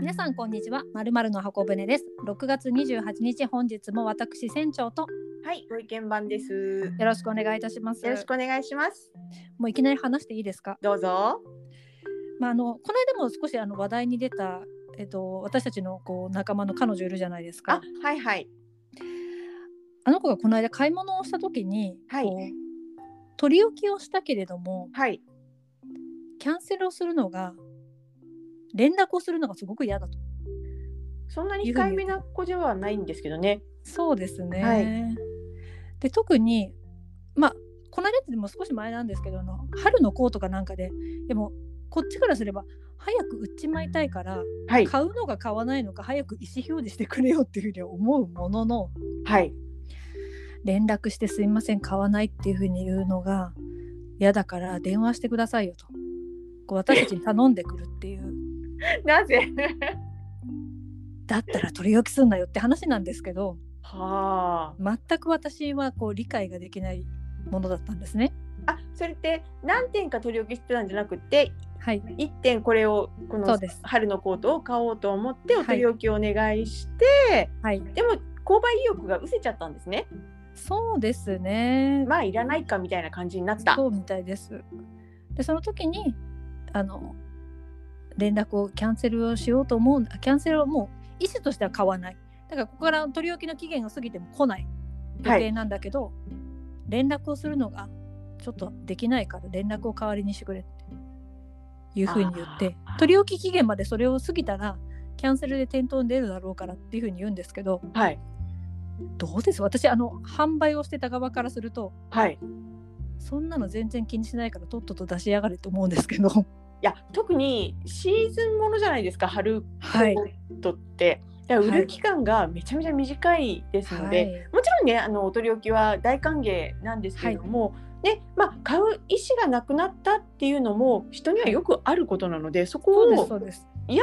皆さんこんにちは。まるまるの箱舟です。6月28日本日も私船長とはい、ご意見番です。よよろしくお願いいたします。ろしくお願いします。もういきなり話していいですか。どうぞ。まああのこの間も少しあの話題に出たえっと私たちのこう仲間の彼女いるじゃないですかあ。、はいはい。あの子がこの間買い物をした時に、はいこう取り置きをしたけれどもはい。キャンセルをするのが連絡をするのがすごく嫌だと。そんなに控えめな子ではないんですけどね。そうですね。はで特にまあこの間ってでも少し前なんですけどあの春のコートかなんかででもこっちからすれば早く売っちまいたいからはい。買うのか買わないのか早く意思表示してくれよっていうふうに思うもののはい。 連絡してすいません買わないっていうふうに言うのが嫌だから電話してくださいよとこう私たちに頼んでくるっていうなぜ。だったら取り置きすんなよって話なんですけどはあ。全く私はこう理解ができないものだったんですね。あ、それって何点か取り置きしてたんじゃなくて、はい一点これをこそのうです春のコートを買おうと思ってはおい取り置きをお願いして、はい、でも購買意欲が失せちゃったんですね。そうですね。まあいらないかみたいな感じになった。そうみたいです。で、その時に、あの。連絡をキャンセルをしようと思う、あキャンセルをもう意思としては買わない。だから、ここから取り置きの期限が過ぎても来ない。予は定い。なんだけど、連絡をするのが。ちょっとできないから、連絡を代わりにしてくれって。いうふうに言ってあー、取り置き期限までそれを過ぎたら。キャンセルで店頭に出るだろうからっていうふうに言うんですけどはい。どうです私あの販売をしてた側からするとはい。そんなの全然気にしないからとっとと出しやがれと思うんですけ ど。いや特にシーズンものじゃないですか春コはいートって、だから売る期間がめちゃめちゃ短いですので、もちろんねあのお取り置きは大歓迎なんですけれども、ねまあ、買う意思がなくなったっていうのも人にはよくあることなのでそこそうですをそうです。い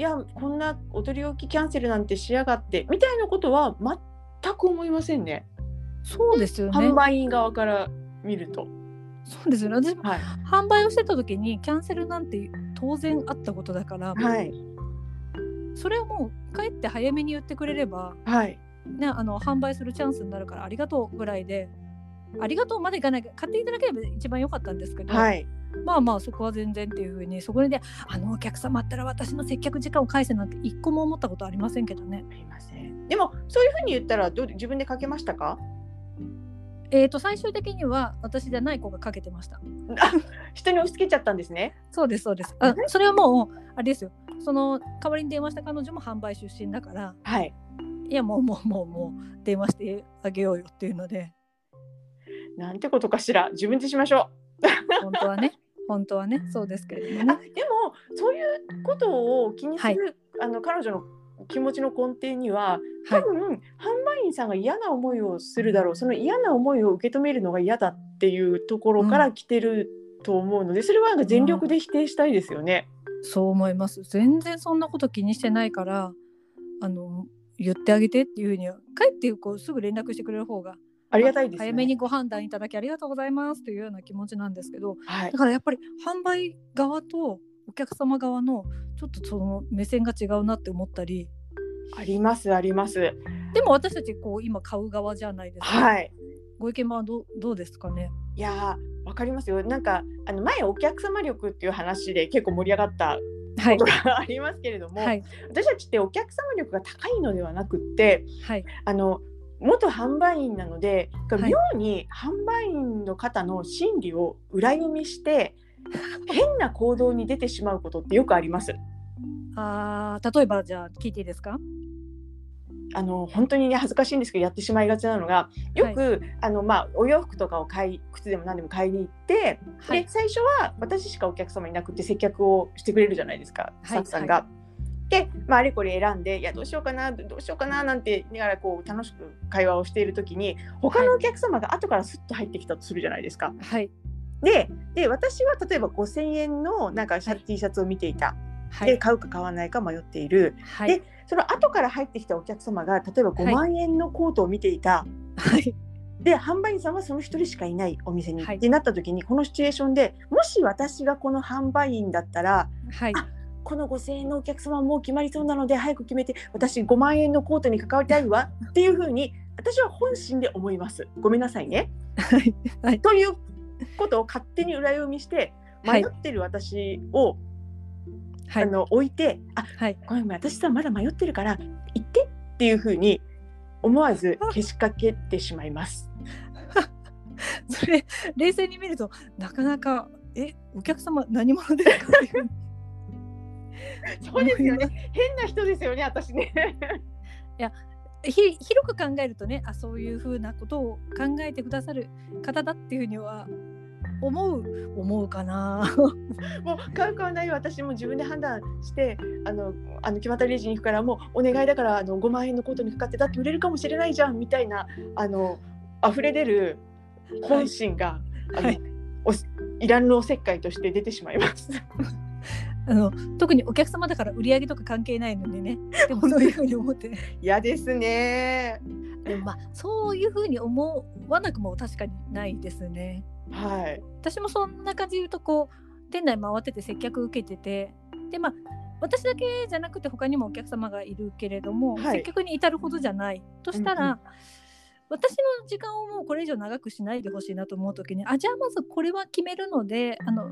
やこんなお取り置きキャンセルなんてしやがってみたいなことは全く思いませんねそうですよね販。売員側から見ると。そうですよね。私もはい販売をしてた時にキャンセルなんて当然あったことだから、はいそれをもう帰って早めに言ってくれれば、はいねあの販売するチャンスになるからありがとうぐらいで。ありがとうまでいかない買っていただければ一番良かったんですけど、はいまあまあそこは全然っていうふうにそこで、あのお客様あったら私の接客時間を返せなんて一個も思ったことありませんけどねありませんでもそういうふうに言ったらどう自分でかけましたか えー、と最終的には私じゃない子がかけてました。人に押し付けちゃったんですね。そうですそうです。あそれはもうあれですよ。その代わりに電話した彼女も販売出身だからはい。いやもうもうもうもう電話してあげようよっていうのでなんてことかしら。自分でしましょ本当はね本当はねそうですけれどう。あもね。でもそういうことを気にする、あの彼女の気持ちの根底にはは多い、分、販売員さんが嫌な思いをするだろうその嫌な思いを受け止めるのが嫌だっていうところから来てると思うので、それはなんか全力で否定したいですよね。そう思います。全然そんなこと気にしてないからあの言ってあげてっていうふうには帰ってこうすぐ連絡してくれる方がありがたいです、ね。早めにご判断いただきありがとうございますというような気持ちなんですけどはいだからやっぱり販売側とお客様側のちょっとその目線が違うなって思ったりありますあります。でも私たちこう今買う側じゃないですか、はい。ご意見はどうどうですかねいやーわかりますよ。なんかあの前お客様力っていう話で結構盛り上がったはことがありますけれども、はい私たちってお客様力が高いのではなくってはいあの元販売員なので、はい妙に販売員の方の心理を裏読 みして変な行動に出てしまうことってよくあります。あー例えばじゃあ聞いていいですかあの本当にね恥ずかしいんですけどやってしまいがちなのがよく、あのまあ、お洋服とかを買い靴でも何でも買いに行って、はいで最初は私しかお客様いなくて接客をしてくれるじゃないですかいスタッフさんが。で、まあ、あれこれ選んでいやどうしようかなどどうしようかななんて言いながらこう楽しく会話をしている時に他のお客様が後からスッと入ってきたとするじゃないですか。はいでで私は例えば5,000円のなんかシャはツ T シャツを見ていた、はでい買うか買わないか迷っている。はいその後から入ってきたお客様が例えばはい5万円のコートを見ていた、はいで販売員さんはその1人しかいないお店に、はいってなった時にこのシチュエーションでもし私がこの販売員だったらはいあこの5,000円のお客様はもう決まりそうなので早く決めて私5万円のコートに関わりたいわっていうふうに私は本心で思います。ごめんなさいね。はいはいということを勝手に裏読みしては迷いってる私を、はあいの置いて「あ はいごめんごめん私さまだ迷ってるから行って」っていうふうに思わずけしかけてしまいます。それ冷静に見るとなかなかえお客様何者ですかっていうそうですよ ね。変な人ですよね私ね。 ひ広く考えるとねあそういうふうなことを考えてくださる方だっていうふうには思う思うかなもう買う買わないは私も自分で判断してあのあの決まったレジに行くからもうお願いだからあの5万円のコートにかかってだって売れるかもしれないじゃんみたいなあの溢れ出る本心が、あのはいおいらんのおせっかいとして出てしまいます。あの特にお客様だから売り上げとか関係ないので ねでもそういうふうに思って嫌ですね。でもまあそういうふうに思わなくも確かにないですね。はい。私もそんな感じで言うとこう店内回ってて接客受けててでまあ私だけじゃなくて他にもお客様がいるけれども、はい接客に至るほどじゃないとしたら、うんう私の時間をもうこれ以上長くしないでほしいなと思う時にあじゃあまずこれは決めるのであの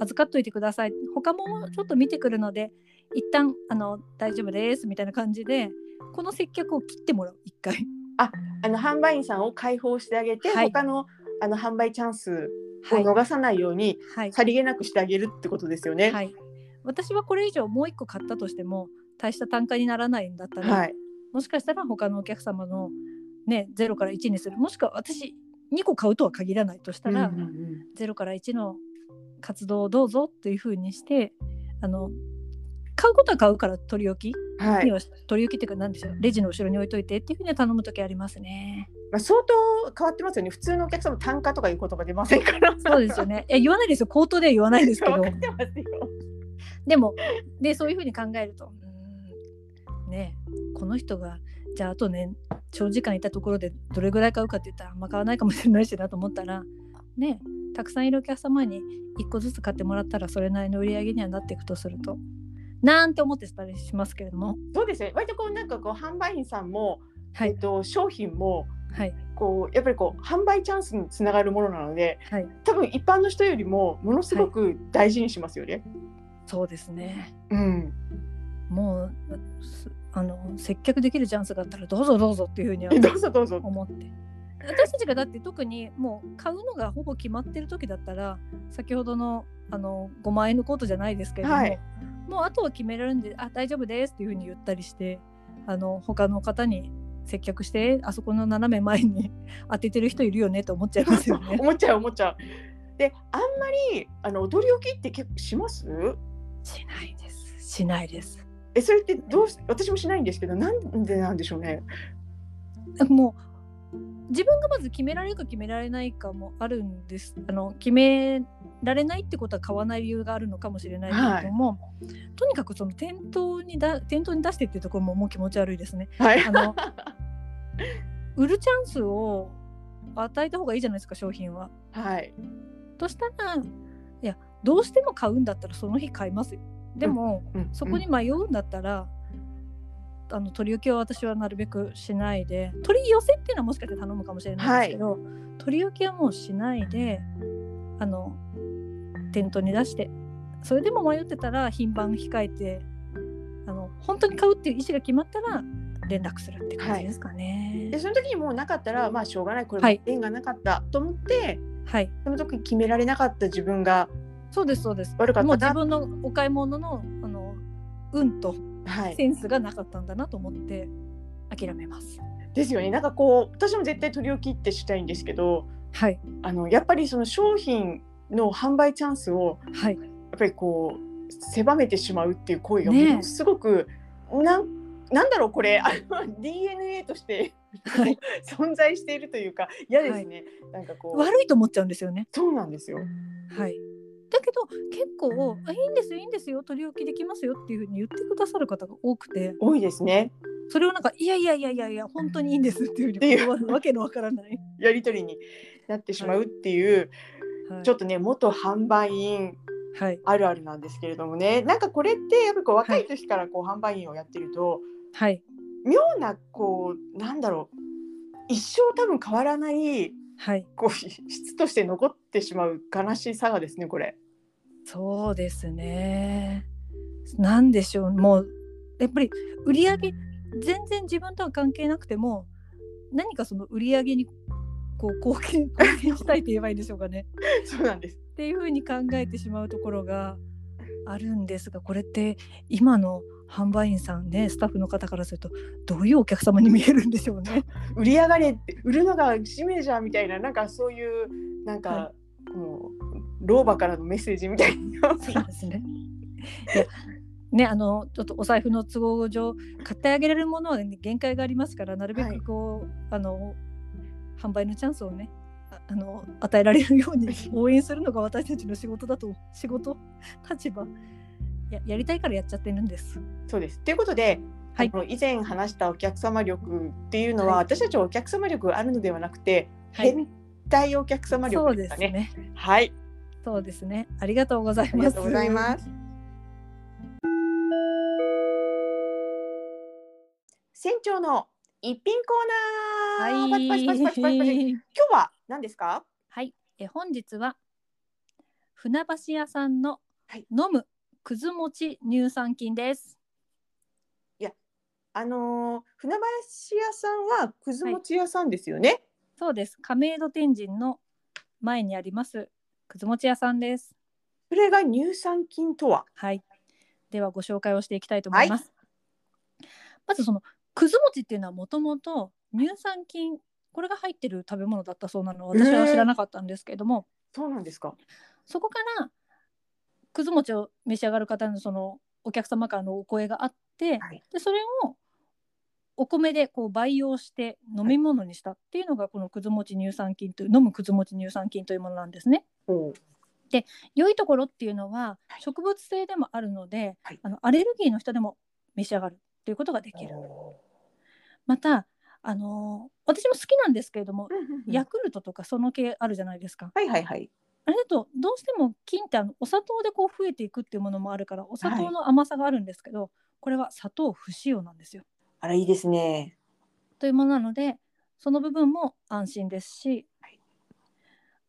預かっといてください他もちょっと見てくるので一旦あの大丈夫ですみたいな感じでこの接客を切ってもらう一回。あの販売員さんを解放してあげて、はい他のあの販売チャンスを逃さないように、はいさりげなくしてあげるってことですよね。はい、私はこれ以上もう一個買ったとしても大した単価にならないんだったら、はい。もしかしたら他のお客様の、ね、0から1にするもしくは私2個買うとは限らないとしたら、うんうんうん0から1の活動をどうぞっていうふうにしてあの買うことは買うから取り置きはいに。は、取り置きっていうか何でしょうレジの後ろに置いといてっていうふうには頼む時ありますね。まあ、相当変わってますよね。普通のお客様単価とかいう言葉出ませんから。そうです よね。いや言わないですよ口頭では言わないですけど分かってますよ。でもでそういうふうに考えるとうーんねえこの人がじゃああとね長時間いたところでどれぐらい買うかって言ったらあんま買わないかもしれないしなと思ったらねえたくさんいるお客様に1個ずつ買ってもらったらそれなりの売り上げにはなっていくとするとなんて思ってたりしますけれどもそうですね。割とこうなんかこう販売員さんも、はえいっと商品もはいこうやっぱりこう販売チャンスにつながるものなので、はい多分一般の人よりもものすごく大事にしますよね。そうですねうん。もうすあの接客できるチャンスがあったらどうぞどうぞっていうふうにはえどうぞどうぞ。思って私たちがだって特にもう買うのがほぼ決まってる時だったら先ほどのあの5万円のコートじゃないですけれども、はいもうあとは決められるんであ大丈夫ですっていうふうに言ったりしてあの他の方に接客してあそこの斜め前に 当ててる人いるよねと思っちゃいますよね。 思っちゃう思っちゃう。で、あんまりあのお取り置きって結構します？ しないですしないです。えそれってどうし私もしないんですけどなんでなんでしょうね。もう自分がまず決められるか決められないかもあるんですあの決められないってことは買わない理由があるのかもしれないけれども、とにかくその店頭にだ店頭に出してっていうところももう気持ち悪いです ね。はい。あの売るチャンスを与えた方がいいじゃないですか商品は。はい。としたらいやどうしても買うんだったらその日買いますよ。でも、うんそこに迷うんだったら、あの取り置きは私はなるべくしないで取り寄せっていうのはもしかして頼むかもしれないですけど、取り置きはもうしないであの店頭に出してそれでも迷ってたら品番控えてあの本当に買うっていう意思が決まったら連絡するって感じですかねで。その時にもうなかったらまあしょうがないこれはもい縁がなかったと思って、はい、その時に決められなかった自分がそうですそうです。悪かっもうた自な分のお買い物のあの運とはい、センスがなかったんだなと思って諦めます。ですよねなんかこう私も絶対取り置きってしたいんですけどはいあのやっぱりその商品の販売チャンスをはいやっぱりこう狭めてしまうっていう行為がねえものすごく、なんなんだろうこれあ の DNA として はい。存在しているというか嫌ですね、なんかこ う悪いと思っちゃうんですよね。そうなんですよはい。だけど結構あいいんですよいいんですよ取り置きできますよっていうふうに言ってくださる方が多くて多いですねそれをなんかいやいやいやいやいや本当にいいんですっていうふうに ていう断るわけのわからない。やり取りになってしまうっていう、はい、ちょっとね元販売員はいあるあるなんですけれどもねなんかこれってやっぱりこう若い時からこう販売員をやってると、はい妙なこうなんだろう一生多分変わらないはいこうひ質として残ってしまう悲しさがですねこれ。そうですねなんでしょうもうやっぱり売り上げ全然自分とは関係なくても何かその売り上げにこう貢 献貢献したいと言えばいいんでしょうかね。そうなんです。っていうふうに考えてしまうところがあるんですがこれって今の販売員さんねスタッフの方からするとどういうお客様に見えるんでしょうね。売り上がれって売るのが使命じゃんみたいななんかそういうなんか、はこう老婆からのメッセージみたいな。 そうですね。いやね、あのちょっとお財布の都合上買ってあげられるものは、ね、限界がありますからなるべはいくこう、あの販売のチャンスをねああの与えられるように応援するのが私たちの仕事だと仕事立場ややりたいからやっちゃってるんです。そうですということで、はいあの以前話したお客様力っていうのは、はい私たちはお客様力があるのではなくて、はい変態お客様そ力うでですすかね。ね。はいそうですね。ありがとうございありまがす。とうございます。船長の一品コーナはー。パチパチパチパチパチパチい。今日は何ですか？はい、え本日は船橋屋さんのはい飲むくず餅乳酸菌です。あのー船橋屋さんはくず餅屋さんですよね。そうです。亀戸天神の前にありますくず餅屋さんです。それが乳酸菌とは。はい。ではご紹介をしていきたいと思います。まずそのくず餅っていうのはもともと乳酸菌これが入ってる食べ物だったそうなのを私は知らなかったんですけれども、そうなんですか。そこからくず餅を召し上がる方のそのお客様からのお声があって、はいでそれをお米でこう培養して飲み物にしたっていうのがこのくず餅乳酸菌という飲むくず餅乳酸菌というものなんですね。おう良いところっていうのははい植物性でもあるので、はいあのアレルギーの人でも召し上がるっていうことができる。またあのー私も好きなんですけれども、ヤクルトとかその系あるじゃないですか。はいはいはい。あれだとどうしても菌ってあのお砂糖でこう増えていくっていうものもあるからお砂は糖いの甘さがあるんですけど、これは砂糖不使用なんですよ。あらいいですね。というものなのでその部分も安心ですし、はい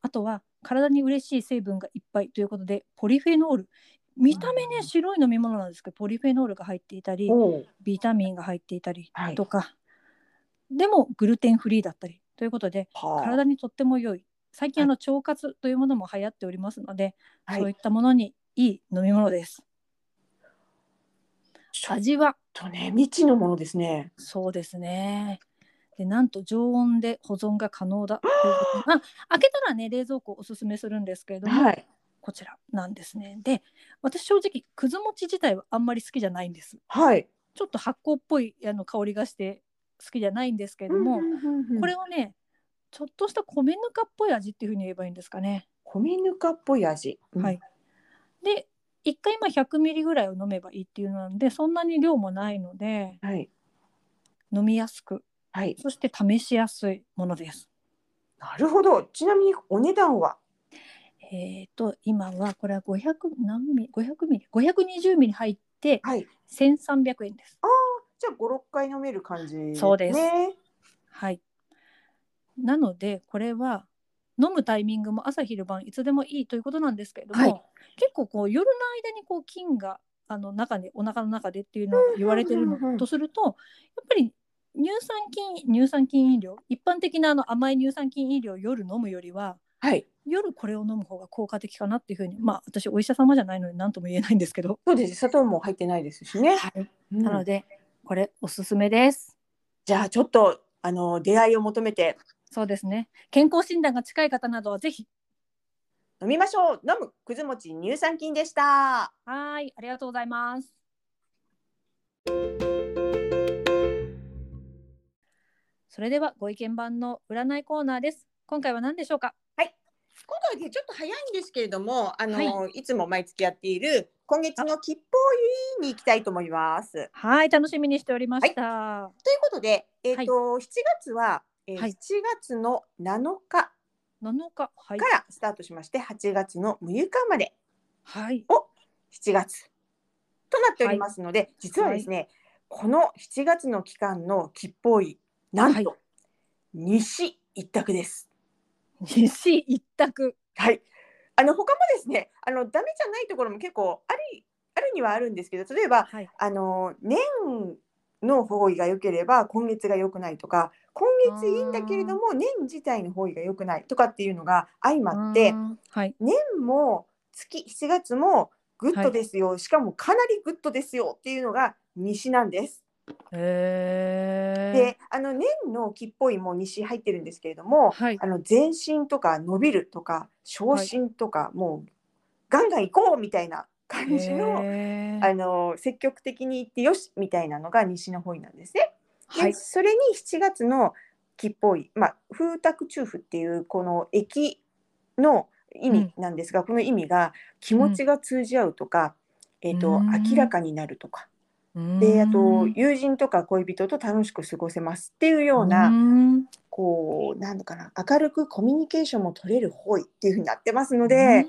あとは体に嬉しい成分がいっぱいということでポリフェノール見た目うねん白い飲み物なんですけどポリフェノールが入っていたりおうビタミンが入っていたりはいとか、でもグルテンフリーだったりということではあ体にとっても良い最近あの腸活というものも流行っておりますので、はいそういったものにいい飲み物です。ちょっ味はとね未知のものですね。そうですね。でなんと常温で保存が可能 だということあ開けたらね冷蔵庫おすすめするんですけれども、はい。こちらなんですね。で私正直くず餅自体はあんまり好きじゃないんです。はい。ちょっと発酵っぽいあの香りがして好きじゃないんですけれども、これははねちょっとした米ぬかっぽい味っていうふうに言えばいいんですかね。米ぬかっぽい味。うんはい。で1回まあ100ミリぐらいを飲めばいいっていうのなんでそんなに量もないのではい。飲みやすくはい。そして試しやすいものです。なるほど。ちなみにお値段は。えー、と今はこれは500何ミリ500ミリ520ミリ入ってはい。 1300円です。じゃあ五六回飲める感じ、そうですね。はい、なのでこれは飲むタイミングも朝昼晩いつでもいいということなんですけれども、はい結構こう夜の間にこう菌があの中にお腹の中でっていうのを言われてるうんうんうんうんのとするとやっぱり乳酸菌乳酸菌飲料一般的なあの甘い乳酸菌飲料を夜飲むよりははい。夜これを飲む方が効果的かなっていうふうにまあ私お医者様じゃないので何とも言えないんですけど。そうです。砂糖も入ってないですしね。はい、うんなので、これおすすめです。じゃあちょっとあの出会いを求めてそうですね。健康診断が近い方などはぜひ。飲みましょう。飲むくず餅乳酸菌でした。はーい、ありがとうございます。それではご意見番の占いコーナーです。今回は何でしょうか。今回はねちょっと早いんですけれども、あの、、はいつも毎月やっている今月の吉報を言いに行きたいと思います。というはい、楽しみにしておりました。はことで、えっ、と、7月は、えーはい7月の7日い、7日、はいか、らスタートしまして、8月の6日まではい。を7月となっておりますので、実はですね、この7月の期間の吉報位なんと、はい西一択です。西一択。はい。あの他もですね、あのダメじゃないところも結構ありあるにはあるんですけど、例えばはい。あの年の方位が良ければ今月が良くないとか今月いいんだけれども年自体の方位が良くないとかっていうのが相まってうんはい。年も月7月もグッドですよ、しかもかなりグッドですよっていうのが西なんです。えー、であの年の木っぽいも西入ってるんですけれどもはい。あの前進とか伸びるとか昇進とか、もうガンガン行こうみたいな感じの。えーあの積極的に行ってよしみたいなのが西の方位なんですね。ではい。それに7月の木っぽい、まあ、風卓中風っていうこの駅の意味なんですが、この意味が気持ちが通じ合うとか、えー、うとん明らかになるとかでであと友人とか恋人と楽しく過ごせますっていうような、こうなんだかな明るくコミュニケーションも取れる方位っていうふうになってますので。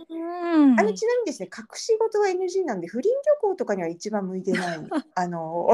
あのちなみにですね隠し事は NG なんで不倫旅行とかには一番向いてないあの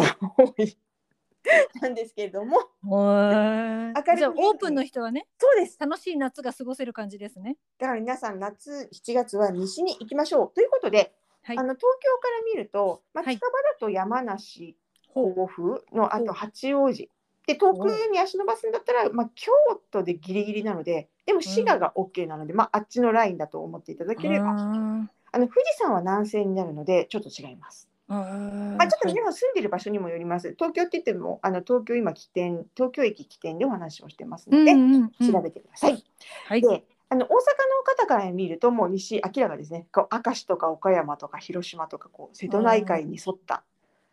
なんですけれども明明るくじゃあオープンの人はねそうです楽しい夏が過ごせる感じですね。だから皆さん夏7月は西に行きましょうということで、はいあの東京から見ると、まあ、はい近場だと山梨ほ甲府のあと八王子で遠くに足伸ばすんだったら、まあ、京都でギリギリなのででも滋賀が OK なので、まあ、あっちのラインだと思っていただければああの富士山は南西になるのでちょっと違います。ーまあ、ちょっと皆さん住んでる場所にもよります。東京って言っても、あの東京今起点、東京駅起点でお話をしてますうのんで、うんうん調べてください。はいで、あの大阪の方から見ると、もう西明らかですね。こう明石とか岡山とか広島とか、こう瀬戸内海に沿った、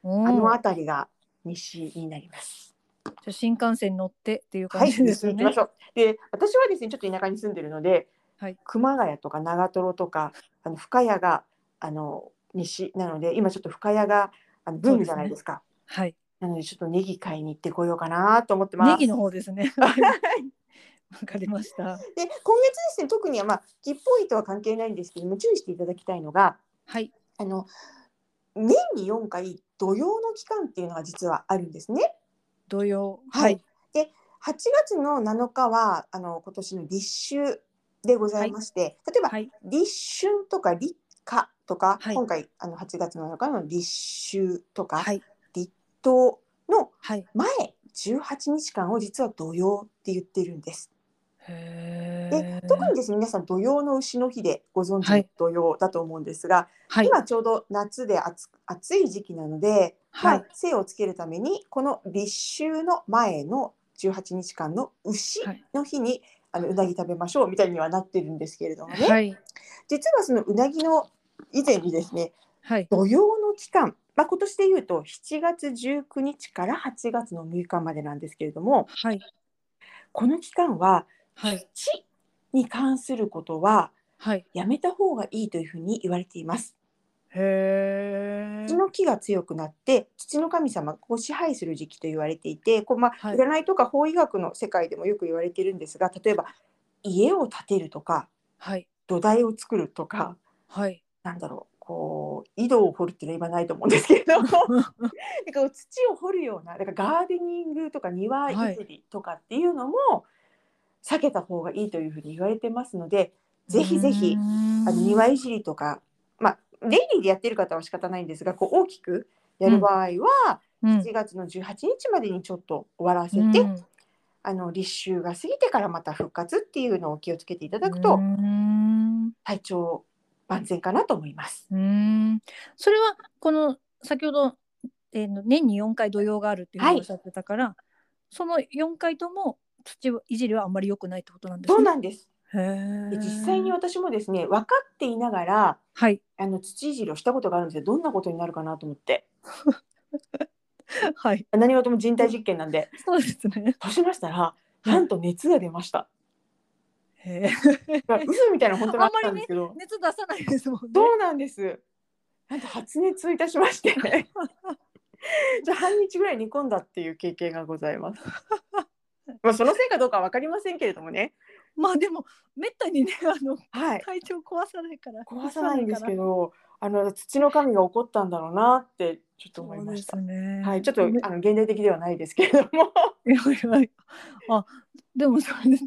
おあのー辺りが西になります。じゃあ新幹線乗ってっていうは感い、じで西すよに行きね。ましょう。で、私はですね、ちょっと田舎に住んでるので、はい熊谷とか長瀞とか、あの深谷が、あの西なので、今ちょっと深谷が、あのブームじゃないですか。はい。なのでちょっとネギ買いに行ってこようかなと思ってます。ネギの方ですね。 はいわかりました。で今月ですね特にはまあ木っぽいとは関係ないんですけども注意していただきたいのがはい。あの年に4回土曜の期間っていうのが実はあるんですね。土曜。はい。8月の7日はあの今年の立秋でございまして、例えばはい。立春とか立夏とか、はい今回あの8月の7日の立秋とか、はい。立冬のはい。前18日間を実は土曜って言ってるんです。へでー特にですね皆さん土用の丑の日でご存知はのい土用だと思うんですが、はい。今ちょうど夏で暑暑い時期なので、はいまあ、精をつけるためにこの立秋の前の18日間の牛の日に、あのうなぎ食べましょうみたいにはなってるんですけれどもね、はい。実はそのうなぎの以前にですねはい。土用の期間、まあ、今年でいうと7月19日から8月の6日までなんですけれどもはい。この期間ははい。土に関することははい。やめた方がいいというふうに言われています。へ土ーの木が強くなって土の神様がこう支配する時期と言われていてこう、まあはい占いとか法医学の世界でもよく言われてるんですが例えば家を建てるとかはい。土台を作るとかはい。なんだろうこう井戸を掘るっていうのは言わないと思うんですけれどもなんかこう土を掘るようななんかガーデニングとか庭いじりとかっていうのも避けた方がいいというふうに言われてますので ぜひぜひうーんあの庭いじりとか、まあ、デイリーでやってる方は仕方ないんですがこう大きくやる場合は、うん7月の18日までにちょっと終わらせて、うんあの立秋が過ぎてからまた復活っていうのを気をつけていただくと、うーん体調万全かなと思います。うーんそれはこの先ほど、えーの年に4回土曜があるっていうふうはいにおっしゃってたから、その4回とも土をいじりはあんまり良くないってことなんですそうね。なんですへでー実際に私もですね分かっていながらはいあの土いじりをしたことがあるんですよどんなことになるかなと思ってはい何事も人体実験なんでそうですね。そうしましたらなんと熱が出ました。へーまあ嘘みたいな本当にあったんですけど、 熱出さないですもんね。そうなんです。なんと発熱いたしま して、じゃあ半日ぐらい煮 込んだっていう経験がございます。まあそのせいかどうかはわかりませんけれどもね、まあでもめったにねあのはい体調壊さないから壊さないんですけどどあの土の神が怒ったんだろうなってちょっと思いました。ねはい、ちょっとあねの現代的ではないですけれども、 いやいやいやあで もそれ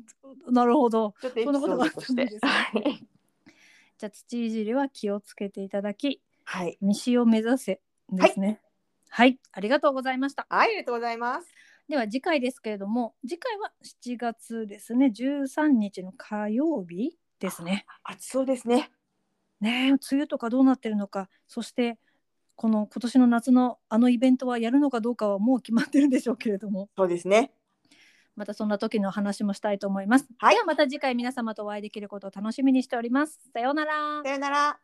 なるほど ちょっとエピそソんなことーがあっドたとんしでてすね。じゃあ土いじりは気をつけていただきはい、西を目指せですねはい、ありがとうございましたはい、ありがとうございます。では次回ですけれども次回は7月ですね13日の火曜日ですね暑そうですね。ねえ梅雨とかどうなってるのかそしてこの今年の夏のあのイベントはやるのかどうかはもう決まってるんでしょうけれどもそうですね。またそんな時の話もしたいと思います、はいではまた次回皆様とお会いできることを楽しみにしておりますさようならさようなら。